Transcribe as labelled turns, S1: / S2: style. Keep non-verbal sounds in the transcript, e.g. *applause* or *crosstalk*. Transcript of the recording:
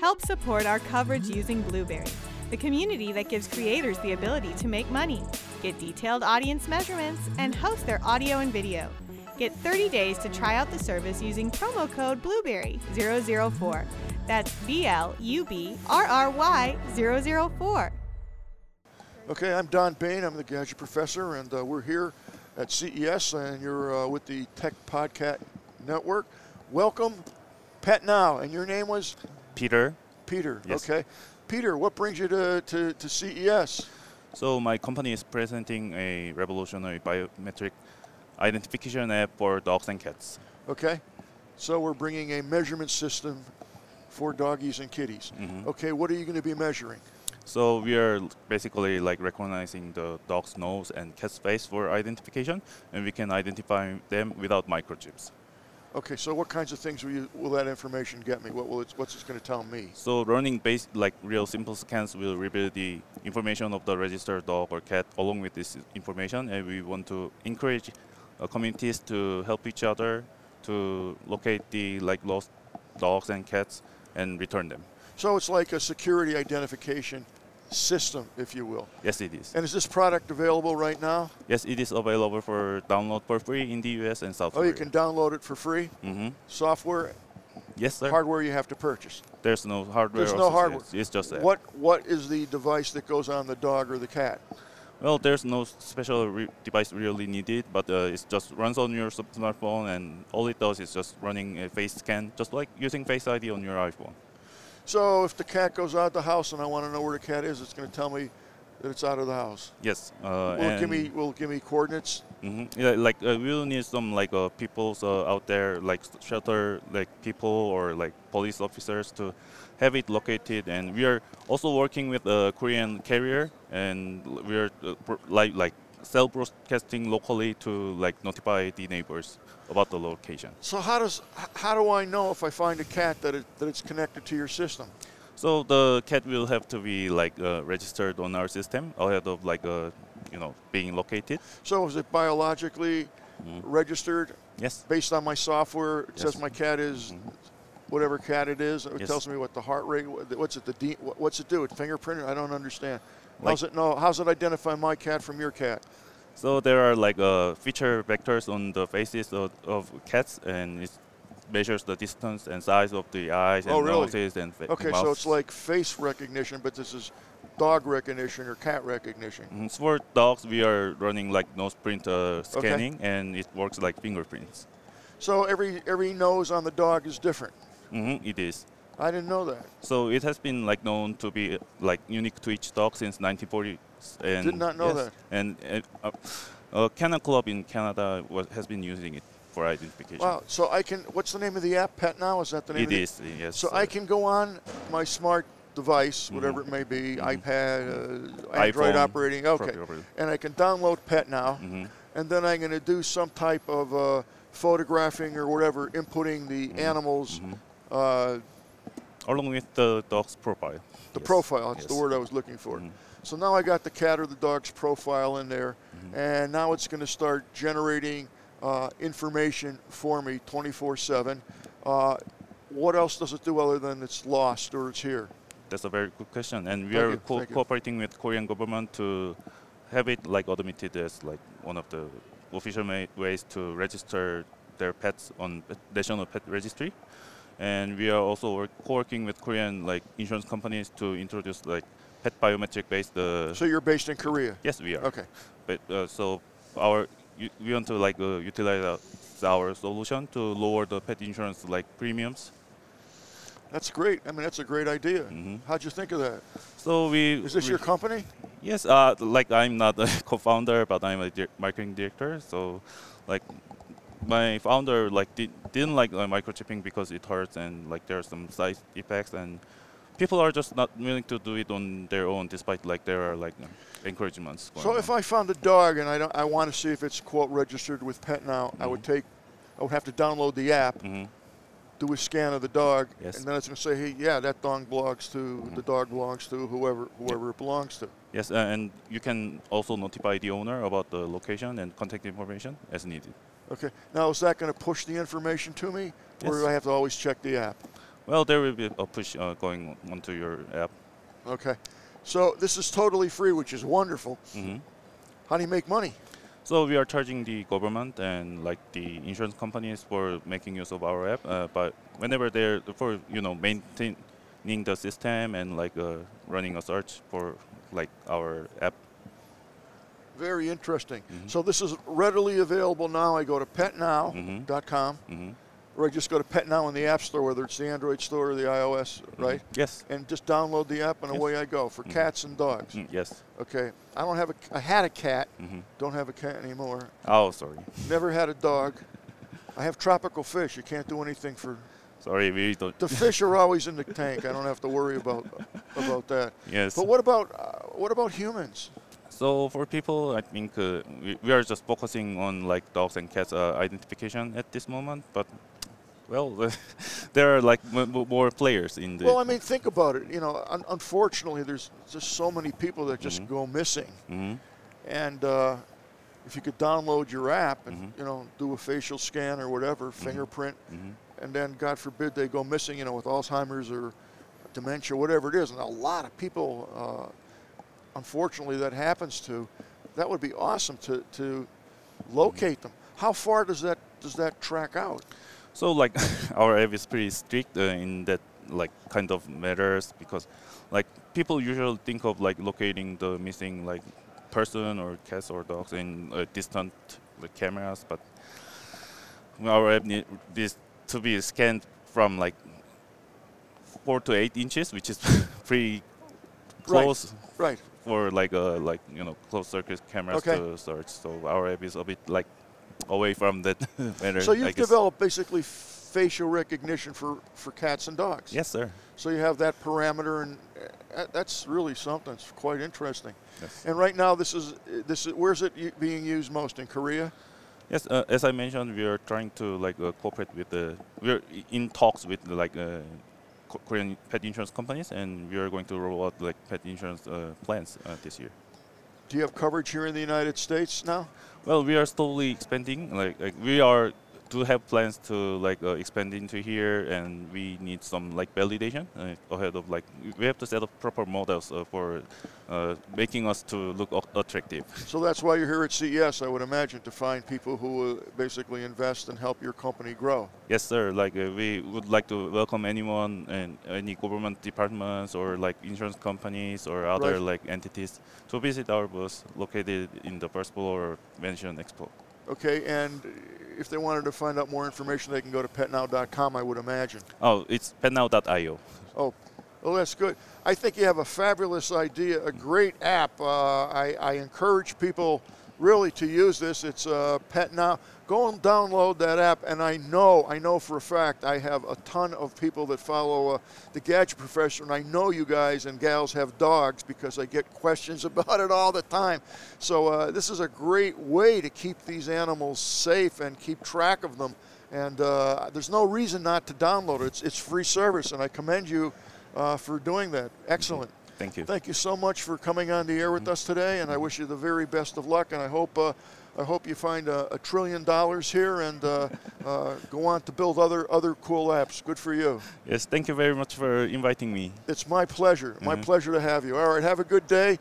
S1: Help support our coverage using Blueberry, the community that gives creators the ability to make money, get detailed audience measurements, and host their audio and video. Get 30 days to try out the service using promo code Blueberry004. That's B L U B R R Y 004.
S2: Okay, I'm Don Bain. I'm the Gadget Professor, and uh, we're here at CES, and you're uh, with the Tech Podcast Network. Welcome, Pet Now, and your name was
S3: Peter.
S2: Peter.
S3: Yes.
S2: Okay, Peter, what brings you to, to, to E CES?
S3: So my company is presenting a revolutionary biometric identification app for dogs and cats.
S2: Okay, so we're bringing a measurement system for doggies and kitties. Okay, what are you going to be measuring?
S3: So we are basically like recognizing the dog's nose and cat's face for identification, and we can identify them without microchips.
S2: Okay, so what kinds of things will, you, will that information get me? What will it, what's it going to tell me?
S3: So running based like real simple scans will reveal the information of the registered dog or cat along with this information, and we want to encourage uh, communities to help each other to locate the like lost dogs and cats and return them.
S2: So it's like a security identification system, if you will.
S3: Yes, it is.
S2: And is this product available right now?
S3: Yes, it is available for download for free in the U.S. and South
S2: Oh,
S3: Korea.
S2: you can download it for free.
S3: hmm
S2: Software,
S3: Yes, sir.
S2: hardware you have to purchase.
S3: There's no hardware.
S2: There's
S3: or
S2: no
S3: software.
S2: hardware.
S3: It's just that.
S2: What what is the device that goes on the dog or the cat?
S3: Well, there's no special re- device really needed, but uh, it just runs on your sub- smartphone, and all it does is just running a face scan, just like using Face ID on your iPhone.
S2: So if the cat goes out the house and I want to know where the cat is, it's going to tell me that it's out of the house.
S3: Yes. Uh,
S2: Will it give
S3: and-
S2: me will it give me coordinates?
S3: Mhm. Yeah, like uh, we'll need some like uh, people's uh, out there, like s- shelter, like people or like police officers to have it located. And we are also working with a Korean carrier, and l- we are uh, bro- like like cell broadcasting locally to like notify the neighbors about the location.
S2: So how does h- how do I know if I find a cat that it, that it's connected to your system?
S3: So the cat will have to be like uh, registered on our system ahead of like uh, you know being located.
S2: So is it biologically
S3: Mm-hmm.
S2: registered
S3: Yes.
S2: based on my software? It says
S3: Yes. Mm-hmm.
S2: my cat is whatever cat it is. It
S3: Yes.
S2: tells me what the heart rate. wha- What's it the D, wha- what's it do? It fingerprinted. I don't understand.
S3: Like-
S2: how's it know? How's it identify my cat from your cat?
S3: So there are like uh, feature vectors on the faces of, of cats, and it measures the distance and size of the eyes and
S2: Oh, really?
S3: noses and fa-
S2: Okay, so it's like face recognition, but this is dog recognition or cat recognition.
S3: Mhm. for dogs we are running like nose print uh,
S2: Okay.
S3: scanning, and it works like fingerprints.
S2: So every every nose on the dog is different.
S3: Mhm, it is.
S2: I didn't know that.
S3: So it has been like known to be uh, like unique to each dog since 1940s. And
S2: Did not know that.
S3: And uh, uh, Canna Club in Canada was, has been using it for identification.
S2: Wow. So I can. What's the name of the app? Pet now is that the name?
S3: It
S2: of the-
S3: is yes.
S2: So
S3: uh,
S2: I can go on my smart device, whatever it may be, iPad, uh, Android
S3: Mm-hmm. iPhone,
S2: operating. Okay.
S3: proper operating.
S2: And I can download Pet now,
S3: Mm-hmm.
S2: and then I'm going to do some type of uh, photographing or whatever, inputting the
S3: Mm-hmm.
S2: animals. Uh,
S3: along with the dog's profile.
S2: The
S3: Yes.
S2: profile, that's the
S3: Yes. Mm-hmm.
S2: word I was looking for. So now I got the cat or the dog's profile in there,
S3: Mm-hmm.
S2: and now it's going to start generating uh, information for me 24 7. Uh, what else does it do other than it's lost or it's here?
S3: That's a very good question, and we
S2: Thank
S3: are
S2: you,
S3: co-
S2: thank you.
S3: cooperating with Korean government to have it like admitted as like one of the official ma- ways to register their pets on pet- national pet registry. And we are also work- working with Korean like insurance companies to introduce like pet biometric based. Uh,
S2: So you're based in Korea?
S3: yes, we are.
S2: Okay.
S3: But uh, so our u- we want to like uh, utilize uh, our solution to lower the pet insurance like premiums.
S2: That's great. I mean, that's a great idea.
S3: Mm-hmm.
S2: How'd you think of that?
S3: So we
S2: Is this
S3: we-
S2: your company?
S3: Yes, uh, like I'm not a *laughs* co-founder, but I'm a dir- marketing director. So, like, my founder like did, didn't like uh, microchipping because it hurts and like there are some side effects and people are just not willing to do it on their own, despite like there are like encouragements. Going
S2: So if I found a dog and I, don't, I want to see if it's, quote, registered with Pet Now, I would take,
S3: Mm-hmm.
S2: I would have to download the app.
S3: hmm
S2: do a scan of the dog,
S3: Yes. Mm-hmm.
S2: and then it's going to say, "Hey, yeah, that dog belongs to the dog belongs to whoever whoever it belongs to."
S3: yes, uh, and you can also notify the owner about the location and contact information as needed.
S2: Okay. Now, is that going to push the information to me, or
S3: Yes.
S2: do I have to always check the app?
S3: Well, there will be a push uh, going onto your app.
S2: Okay. So this is totally free, which is wonderful.
S3: Mhm.
S2: How do you make money?
S3: So we are charging the government and like the insurance companies for making use of our app. Uh, but whenever they're for you know maintaining the system and like uh, running a search for like our app.
S2: Very interesting.
S3: Mm-hmm.
S2: So this is readily available now. I go to petnow.com,
S3: hmm
S2: or I just go to PetNow in the App Store, whether it's the Android store or the iOS, right?
S3: Yes.
S2: And just download the app, and
S3: Mm-hmm. Yes.
S2: away
S3: Mm-hmm.
S2: I go for cats and dogs.
S3: Mm, yes.
S2: Okay. I don't have a. I had a cat.
S3: Mhm.
S2: Don't have a cat anymore.
S3: Oh, sorry.
S2: Never had a dog. I have tropical fish. You can't do anything for.
S3: Sorry, we don't.
S2: The fish are always in the tank. I don't have to worry about about that.
S3: Yes.
S2: But what about uh, what about humans?
S3: So for people, I think uh, we, we are just focusing on like dogs and cats uh, identification at this moment. But well, *laughs* there are like m- m- more players in the.
S2: Well, I mean, think about it. You know, un- unfortunately, there's just so many people that just
S3: Mhm.
S2: go missing.
S3: Mhm.
S2: And uh, if you could download your app and
S3: Mhm.
S2: you know do a facial scan or whatever, fingerprint,
S3: Mhm.
S2: and then God forbid they go missing, you know, with Alzheimer's or dementia, whatever it is, and a lot of people, uh, unfortunately, that happens to. That would be awesome to to locate them. How far does that does that track out?
S3: So like *laughs* our app is pretty strict uh, in that like kind of matters because like people usually think of like locating the missing like person or cats or dogs in uh, distant like, cameras, but our app need this to be scanned from like four to eight inches, which is *laughs* pretty
S2: Right.
S3: close
S2: Right.
S3: for like a like you know closed circuit cameras
S2: Okay.
S3: to search. So our app is a bit like away from that *laughs* matter.
S2: So
S3: I
S2: you've
S3: guess.
S2: developed basically facial recognition for, for cats and dogs.
S3: Yes, sir.
S2: So you have that parameter, and uh, that's really something. It's quite interesting.
S3: Yes.
S2: And right now, this is this is where's it u- being used most in Korea?
S3: Yes, uh, as I mentioned, we are trying to like uh, cooperate with the we're i- in talks with like uh, Ko- Korean pet insurance companies, and we are going to roll out like pet insurance uh, plans uh, this year.
S2: Do you have coverage here in the United States now?
S3: Well, we are slowly expanding. Like, like we are do have plans to like uh, expand into here, and we need some like validation uh, ahead of like we have to set up proper models uh, for uh, making us to look a- attractive.
S2: So that's why you're here at CES, I would imagine, to find people who uh, basically invest and help your company grow.
S3: Yes, sir. Like uh, we would like to welcome anyone and any government departments or like insurance companies or other
S2: Right.
S3: like entities to visit our booth located in the first floor Mansion Expo.
S2: Okay, and if they wanted to find out more information, they can go to petnow.com, I would imagine.
S3: Oh, it's pennow.io.
S2: Oh, well, that's good. I think you have a fabulous idea, a great app. Uh, I, I encourage people really to use this. It's uh, Pet Now. Go and download that app, and I know, I know for a fact, I have a ton of people that follow uh, the Gadget Professor, and I know you guys and gals have dogs because I get questions *laughs* about it all the time. So uh, this is a great way to keep these animals safe and keep track of them. And uh, there's no reason not to download it. It's, it's free service, and I commend you uh, for doing that. Excellent.
S3: Thank you.
S2: Thank you so much for coming on the air with us today, and I wish you the very best of luck. And I hope uh, I hope you find a, a trillion dollars here and uh, uh, go on to build other other cool apps. Good for you.
S3: yes, thank you very much for inviting me.
S2: It's my pleasure. My pleasure to have you. All right, have a good day.